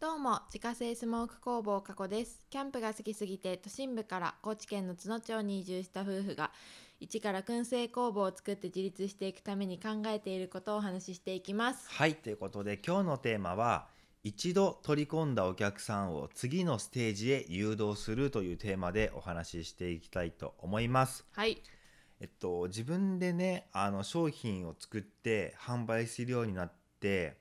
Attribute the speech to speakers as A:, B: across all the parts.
A: どうも自家製スモーク工房加古ですキャンプが好きすぎて都心部から高知県の津野町に移住した夫婦が一から燻製工房を作って自立していくために考えていることをお話ししていきます
B: はいということで今日のテーマは一度取り込んだお客さんを次のステージへ誘導するというテーマでお話ししていきたいと思います。
A: はい
B: えっと自分でねあの商品を作って販売するようになって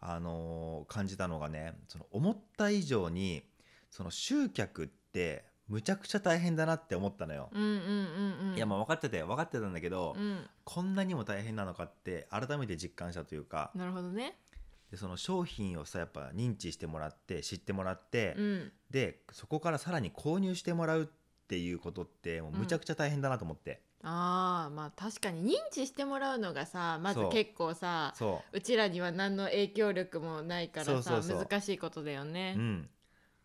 B: あの感じたのがねその思った以上にその集客ってむちゃくちゃ大変だなって思ったのよ。
A: うんうんうんうん
B: いやまあ分かってて分かってたんだけど、
A: うん
B: こんなにも大変なのかって改めて実感したというか、
A: なるほどね
B: でその商品をさやっぱ認知してもらって知ってもらって、
A: うん
B: でそこからさらに購入してもらうっていうことってもうむちゃくちゃ大変だなと思って、
A: あーまあ確かに認知してもらうのがさまず
B: そう
A: 結構さ
B: そう
A: ちらには何の影響力もないからさ
B: そうそうそう
A: 難しいことだよね
B: う、うん、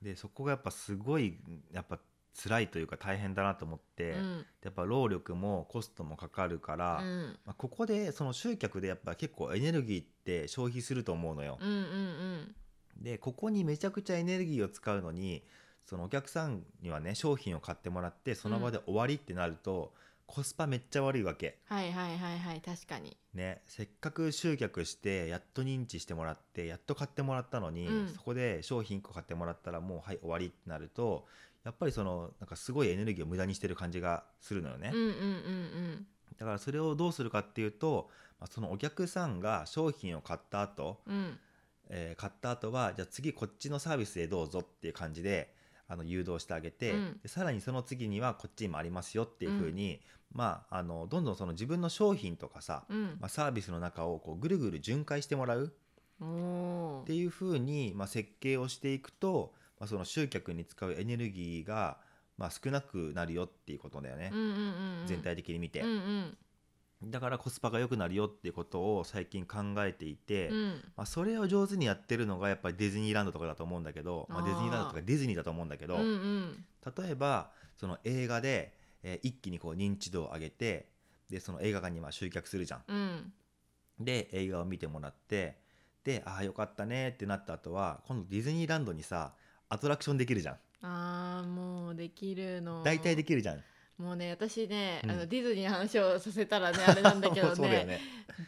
B: でそこがやっぱすごいやっぱ辛いというか大変だなと思って、
A: う
B: で
A: ん
B: やっぱ労力もコストもかかるから、
A: うん
B: まあ、ここでその集客でやっぱ結構エネルギーって消費すると思うのよ、
A: うんうん
B: でここにめちゃくちゃエネルギーを使うのにそのお客さんにはね商品を買ってもらってその場で終わりってなると、コスパめっちゃ悪いわけ
A: はいはいはいはい確かに
B: ねせっかく集客してやっと認知してもらってやっと買ってもらったのに、
A: うん
B: そこで商品1個買ってもらったらもうはい終わりってなるとやっぱりそのなんかすごいエネルギーを無駄にしてる感じがするのよね、
A: うんうんうん
B: だからそれをどうするかっていうと、まあ、そのお客さんが商品を買った後
A: うんうん
B: えー買った後はじゃあ次こっちのサービスへどうぞっていう感じであの誘導してあげて、
A: うん
B: でさらにその次にはこっちにもありますよっていう風に、まああのどんどんその自分の商品とかさ、
A: うん
B: まあ、サービスの中をこうぐるぐる巡回してもらう
A: お
B: っ
A: ー
B: ていう風にまあ、設計をしていくと、まあ、その集客に使うエネルギーが、まあ、少なくなるよっていうことだよね
A: うん、うんうんうん
B: 全体的に見て、
A: うんうん
B: だからコスパが良くなるよっていうことを最近考えていて、
A: うん
B: まあ、それを上手にやってるのがやっぱりディズニーランドとかだと思うんだけどま
A: あ
B: あ、
A: ー
B: ディズニーランドとかディズニーだと思うんだけど、
A: うんうん
B: 例えばその映画で、えー一気にこう認知度を上げてでその映画館にまあ集客するじゃん。
A: うん
B: で映画を見てもらってでああよかったねってなった後は今度ディズニーランドにさアトラクションできるじゃん
A: あーもうできるの
B: 大体できるじゃん、
A: もうね私ね、
B: うん
A: あのディズニーの話をさせたらねあれなんだけど
B: そうだよね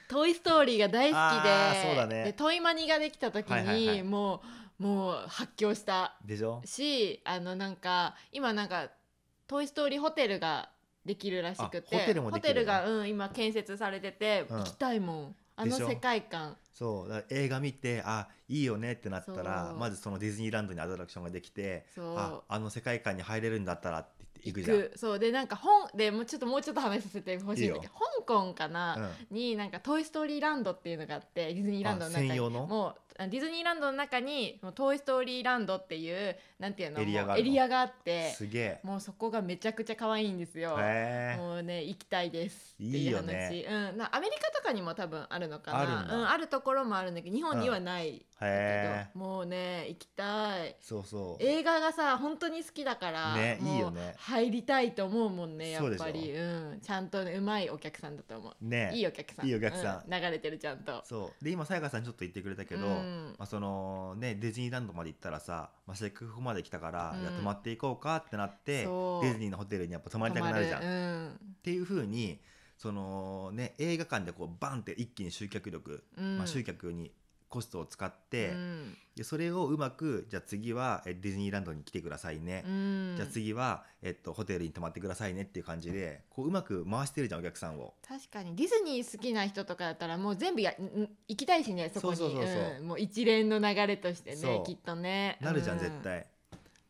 A: トイ・ストーリーが大好き
B: あ
A: で
B: ーそうだね
A: でトイマニができた時に、
B: はいはいはい
A: もうもう発狂した
B: でしょ
A: しあのなんか今なんか「トイ・ストーリーホテル」ができるらしくて
B: あホテルもできる
A: ホテルが、うん、今建設されてて、
B: うん
A: 行きたいもんあの
B: でしょ
A: 世界観
B: そうだから映画見てあいいよねってなったら
A: そう
B: まずそのディズニーランドにアトラクションができて
A: そう
B: ああの世界観に入れるんだったらって言って行くじゃん
A: 行くそうでなんか本でもうちょっともうちょっと話させてほしいんだ
B: いい
A: け
B: よ
A: ど香港かな、
B: うん
A: になんか「トイ・ストーリーランド」っていうのがあってディズニーランドの中
B: あ
A: に
B: 専用の
A: もうあディズニーランドの中に「もうトイ・ストーリーランド」っていうなんていうの
B: エリアが
A: もう
B: ある
A: エ
B: の
A: リアがあって
B: すげえ
A: もうそこがめちゃくちゃ可愛いんですよ。
B: へえ
A: もうね行きたいですって
B: い
A: い
B: いうよ
A: 話
B: ね
A: うん、なアメリカとかにも多分あるのかな
B: あるんだ
A: うん、あるところもあるんだけど日本にはないんだけど、
B: へえ
A: もうね行きたい
B: そうそう
A: 映画がさ本当に好きだから、
B: ね
A: もう
B: いいよね
A: 入りたいと思うもんねやっぱ
B: そうで
A: り
B: し
A: う、ん、ちゃんとねうまいお客さんだと思う
B: ね
A: いいお客さん
B: いいお客さん
A: う流れてるちゃんと
B: そうで今さやかさんちょっと言ってくれたけど、
A: うん
B: まあ、そのねディズニーランドまで行ったらさ、まあ、せっかくここまで来たから、
A: うん
B: じゃあ泊まっていこうかってなってデ
A: そう
B: ィズニーのホテルにやっぱ泊まりたくなるじゃん。
A: 泊
B: っ
A: まる
B: ていう風にそのね映画館でこうバンって一気に集客力、
A: うんうん
B: まあ、集客にコストを使って、
A: うん
B: でそれをうまくじゃあ次はえディズニーランドに来てくださいね、
A: うん
B: じゃあ次は、えっと、ホテルに泊まってくださいねっていう感じでこううまく回してるじゃんお客さんを。
A: 確かにディズニー好きな人とかだったらもう全部やんん行きたいしねそこに
B: そうそうそうそうん
A: もう一連の流れとしてね
B: そう
A: きっとね
B: なるじゃん、
A: う
B: 絶対。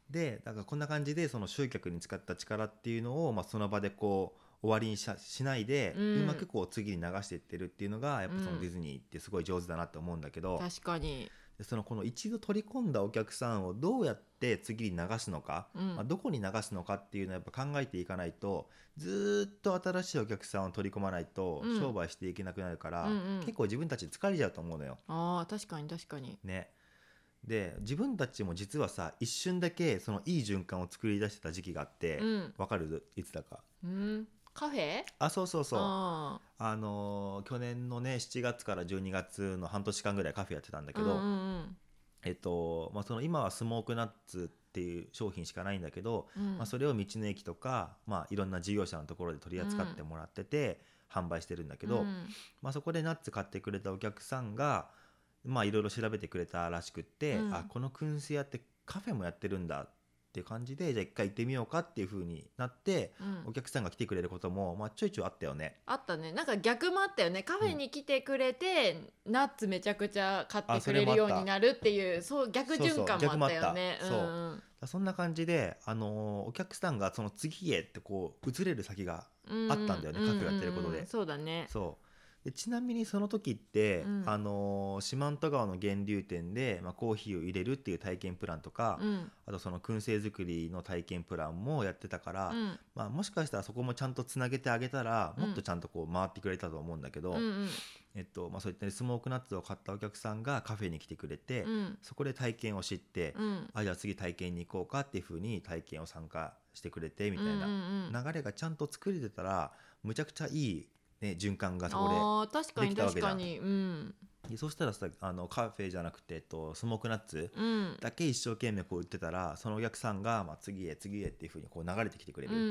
B: でだからこんな感じでその集客に使った力っていうのを、まあ、その場でこう終わりにしゃしないで、
A: う
B: うんまくこう次に流していってるっていうのがやっぱそうの
A: ん
B: ディズニーってすごい上手だなって思うんだけど、
A: 確かに、
B: でそのこの一度取り込んだお客さんをどうやって次に流すのか、
A: うん
B: まあ、どこに流すのかっていうのをやっぱ考えていかないとずーっと新しいお客さんを取り込まないと
A: うん
B: 商売していけなくなるから、
A: うんうん
B: 結構自分たち疲れちゃうと思うのよ。
A: ああ確かに確かに
B: ねで自分たちも実はさ一瞬だけそのいい循環を作り出してた時期があって
A: う
B: わ、
A: ん、
B: かるいつだか
A: うん、カフェ
B: あそうそうそうあ
A: あ
B: のー去年のね7月から12月の半年間ぐらいカフェやってたんだ
A: ー
B: け
A: うん
B: ど、
A: うんうん
B: えっとまあ、その今はスモークナッツっていう商品しかないんだけど、
A: うん
B: まあ、それを道の駅とか、まあ、いろんな事業者のところで取り扱ってもらってて、販売してるんだけど、
A: うん
B: まあ、そこでナッツ買ってくれたお客さんが、まあ、いろいろ調べてくれたらしくって、
A: うん
B: あこの燻製屋ってカフェもやってるんだっていう感じでじゃあ一回行ってみようかっていう風になって、
A: うん
B: お客さんが来てくれることも、まあ、ちょいちょいあったよね。
A: あったねなんか逆もあったよねカフェに来てくれて、ナッツめちゃくちゃ買ってくれ
B: あそれもあ
A: る
B: った
A: ようになるっていうそう逆循環
B: そうそう
A: も
B: 逆も
A: あっ
B: あったた
A: よね
B: そうん
A: ん
B: そんな感じで、あのーお客さんがその次へってこう移れる先が
A: う
B: あったんだよ
A: う
B: ねカフェやってることで
A: うんそうだね
B: そうでちなみにその時って、
A: うん
B: あのー四万十川の源流店で、まあ、コーヒーを入れるっていう体験プランとか、
A: うん
B: あとその燻製作りの体験プランもやってたから、
A: うん
B: まあ、もしかしたらそこもちゃんとつなげてあげたら
A: うん
B: もっとちゃんとこう回ってくれたと思うんだけど、
A: うんうん
B: えっとまあ、そういったスモークナッツを買ったお客さんがカフェに来てくれて、
A: うん
B: そこで体験を知って、
A: うん
B: あじゃあ次体験に行こうかっていうふうに体験を参加してくれてみたい
A: うん
B: な
A: うんうん
B: 流れがちゃんと作れてたらむちゃくちゃいい、ね、循環がそこで
A: あー確かに
B: できたわ
A: 確
B: けだ
A: かにうん
B: でそしたらさあのカフェじゃなくて、えっと、スモークナッツ
A: うん
B: だけ一生懸命こう売ってたらそのお客さんが、まあ、次へ次へっていうふうにこう流れてきてくれ
A: うんう
B: る、
A: ん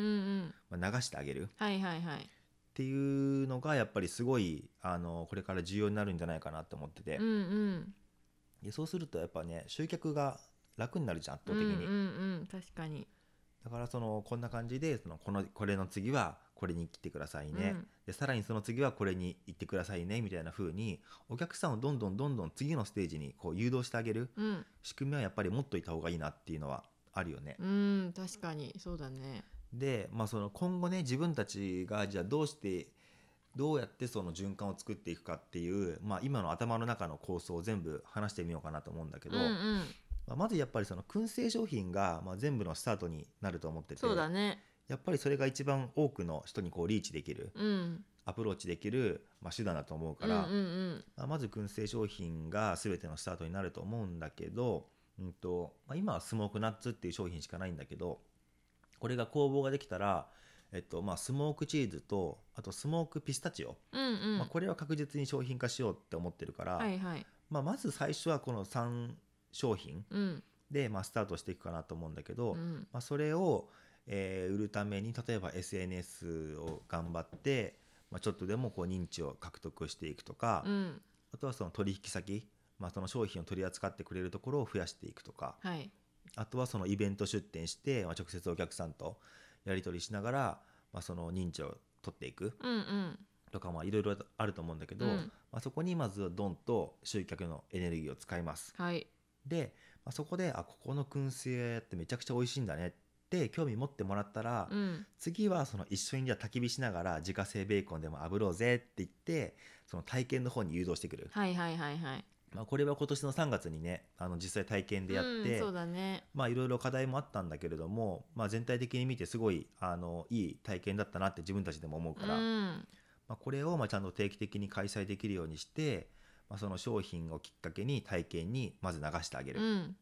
A: うん
B: まあ、流してあげるっ
A: はいはいはい
B: ていうのがやっぱりすごいあのこれから重要になるんじゃないかなと思ってて
A: うん、うん
B: でそうするとやっぱね集客が楽になるじゃん圧
A: うん
B: 倒
A: う
B: 的
A: ん
B: に、
A: うん確かに
B: だからそのこんな感じでそのこのこれの次はこれに来てくださいね、
A: うん
B: でさらにその次はこれに行ってくださいねみたいな風にお客さんをどんどんどんどん次のステージにこう誘導してあげる
A: うん
B: 仕組みはやっぱり持っといた方がいいなっていうのはあるよね。
A: うん確かにそうだね
B: で、まあ、その今後ね自分たちがじゃあどうしてどうやってその循環を作っていくかっていう、まあ、今の頭の中の構想を全部話してみようかなと思うんだけ
A: うん
B: ど、
A: うん
B: まあ、まずやっぱりその燻製商品がまあ全部のスタートになると思ってて
A: そうだね
B: やっぱりそれが一番多くの人にこうリーチできる
A: うん
B: アプローチできる、まあ、手段だと思うか
A: うん
B: ら、
A: うん
B: まあ、まず燻製商品が全てのスタートになると思うんだけど、うんとまあ、今はスモークナッツっていう商品しかないんだけどこれが工房ができたら、えっとまあ、スモークチーズとあとスモークピスタチオ、
A: うんうんうん
B: まあ、これは確実に商品化しようって思ってるから、
A: はいはい
B: まあ、まず最初はこの3商品
A: うん
B: で、まあ、スタートしていくかなと思うんだけど、
A: うん
B: まあ、それを、えー売るために例えば SNS を頑張って、まあ、ちょっとでもこう認知を獲得していくとか、
A: うん
B: あとはその取引先、まあ、その商品を取り扱ってくれるところを増やしていくとか
A: はい
B: あとはそのイベント出店して、まあ、直接お客さんとやり取りしながら、まあ、その認知を取っていく
A: うんうん
B: とかまあいろいろあると思うんだけど、
A: うん
B: まあ、そこにまずはドンと集客のエネルギーを使います。
A: はい
B: で、まあ、そこであここの燻製ってめちゃくちゃ美味しいんだねって興味持ってもらったら、
A: うん
B: 次はその一緒にじゃあ焚き火しながら自家製ベーコンでも炙ろうぜって言ってその体験の方に誘導してくる、
A: はいはいはいはい
B: まあ、これは今年の3月にねあの実際体験でやっ
A: う
B: て、
A: んそうだね
B: まあいろいろ課題もあったんだけれども、まあ、全体的に見てすごいあのいい体験だったなって自分たちでも思う
A: う
B: から、ま
A: ん
B: あ、これをまあちゃんと定期的に開催できるようにして、まあ、その商品をきっかけに体験にまず流してあげ
A: う
B: る。
A: ん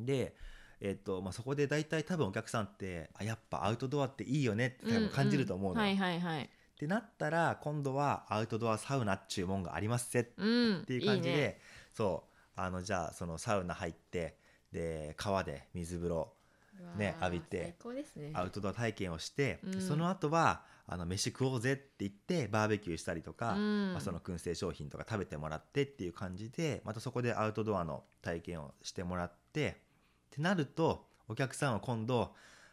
B: で、えっとまあ、そこで大体多分お客さんってあやっぱアウトドアっていいよねって多分感じると思うのよ、
A: はいはいはい
B: ってなったら今度はアウトドアサウナっちゅうもんがありますぜっ
A: うん
B: ていう感じで
A: いいね
B: そうあのじゃあそのサウナ入ってで川で水風呂ね
A: うわー
B: 浴びて
A: 最高ですね
B: アウトドア体験をして、
A: うん
B: その後はあの飯食おうぜって言ってバーベキューしたりとか、
A: うん
B: まあ、その燻製商品とか食べてもらってっていう感じでまたそこでアウトドアの体験をしてもらってってなるとお客さんは今度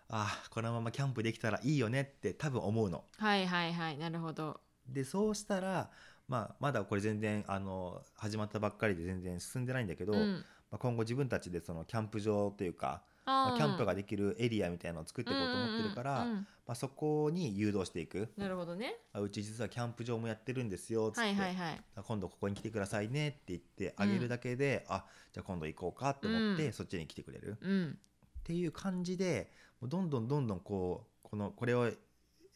B: あーこのままキャンプできたらいいよねって多分思うの。
A: はいはいはいなるほど
B: でそうしたら、まあ、まだこれ全然あの始まったばっかりで全然進んでないんだけど、ま
A: ん
B: あ、今後自分たちでそのキャンプ場というか、
A: あ
B: ま
A: ー
B: あ、キャンプができるエリアみたいなのを作っていこうと思ってるか
A: うんう
B: ら、
A: んうんうん
B: まあ、そこに誘導していく
A: なるほどね
B: あうち実はキャンプ場もやってるんですよつって、
A: はいはいはい
B: あ今度ここに来てくださいねって言ってあげるだけで、あじゃあ今度行こうかって思って、
A: うん
B: そっちに来てくれるっ
A: うん
B: ていう感じでもうどんどんどんどんこうこのこれを、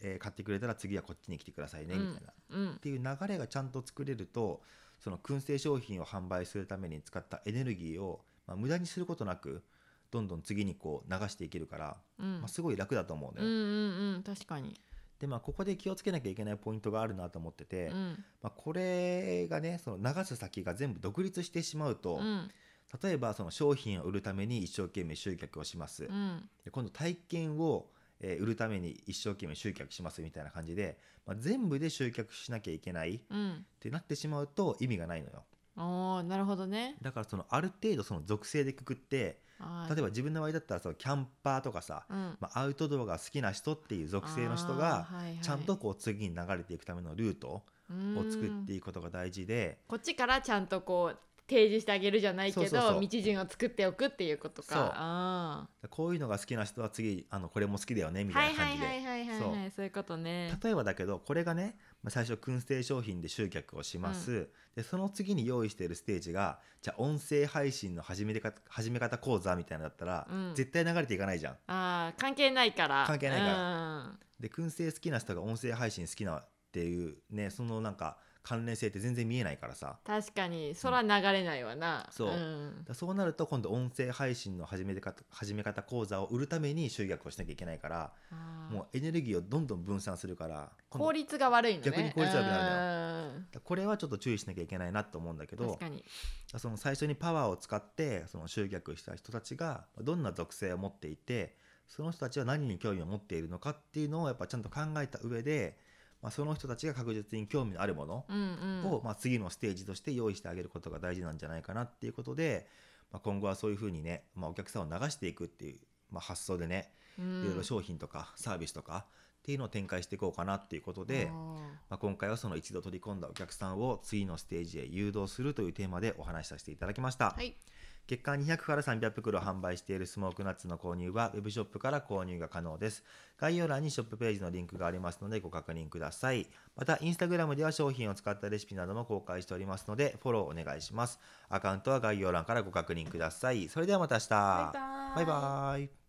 B: えー買ってくれたら次はこっちに来てくださいねみたいな。
A: うん
B: っていう流れがちゃんと作れるとその燻製商品を販売するために使ったエネルギーを、まあ、無駄にすることなくどんどん次にこう流していけるから、
A: うん
B: まあ、すごい楽だと思う
A: うん
B: のよ。
A: うんうん確かに
B: でまあここで気をつけなきゃいけないポイントがあるなと思ってて、
A: うん
B: まあ、これがねその流す先が全部独立してしまうと、
A: うん
B: 例えばその商品を売るために一生懸命集客をします、
A: うん
B: で今度体験を、えー売るために一生懸命集客しますみたいな感じで、まあ、全部で集客しなきゃいけないっ
A: うん
B: てなってしまうと意味がないのよ
A: おーなるほどね
B: だからそのある程度その属性でくくって
A: あー
B: 例えば自分の場合だったらそのキャンパーとかさ、
A: うん
B: まあ、アウトドアが好きな人っていう属性の人
A: あ
B: が
A: ーはいはい
B: ちゃんとこう次に流れていくためのルート
A: う
B: を
A: ーん
B: 作っていくことが大事で、
A: こっちからちゃんとこう提示してあげるじゃないけど
B: そうそうそう
A: 道順を作っておくっていうことか
B: そう
A: あ
B: こういうのが好きな人は次あのこれも好きだよねみ
A: ー
B: た
A: はいい
B: な
A: は
B: 感
A: い
B: じで、
A: はいはいはいはいそういうことね
B: 例えばだけどこれがね、まあ、最初燻製商品で集客をします、でその次に用意しているステージがじゃあ音声配信の始め方始め方講座みたいなのだったら、
A: うん
B: 絶対流れていかないじゃん。
A: あー関係ないから
B: 関係ないからで燻製好きな人が音声配信好きなっていうねそのなんか関連性って全然見えないからさ。
A: 確かにそら流れないわな、
B: そうだ
A: ん
B: からそうなると今度音声配信の始め方始め方講座を売るために集客をしなきゃいけないから、
A: あー
B: もうエネルギーをどんどん分散するから今度
A: 効率が悪いのね
B: 逆に効率悪くなる
A: るんだよ
B: これはちょっと注意しなきゃいけないなと思うんだけど
A: 確かに
B: その最初にパワーを使ってその集客した人たちがどんな属性を持っていてその人たちは何に興味を持っているのかっていうのをやっぱちゃんと考えた上で、まあ、その人たちが確実に興味のあるもの
A: うんうん
B: を、まあ、次のステージとして用意してあげることが大事なんじゃないかなっていうことで、まあ、今後はそういうふうにね、まあ、お客さんを流していくっていう、まあ、発想でねいろいろ商品とかサービスとかっていうのを展開していこうかなっていうことで。まあ、今回はその一度取り込んだお客さんを次のステージへ誘導するというテーマでお話しさせていただきました、
A: はい
B: 月間200から300袋販売しているスモークナッツの購入はウェブショップから購入が可能です概要欄にショップページのリンクがありますのでご確認くださいまたインスタグラムでは商品を使ったレシピなども公開しておりますのでフォローお願いしますアカウントは概要欄からご確認くださいそれではまた明日
A: バイバーイ
B: バイバーイ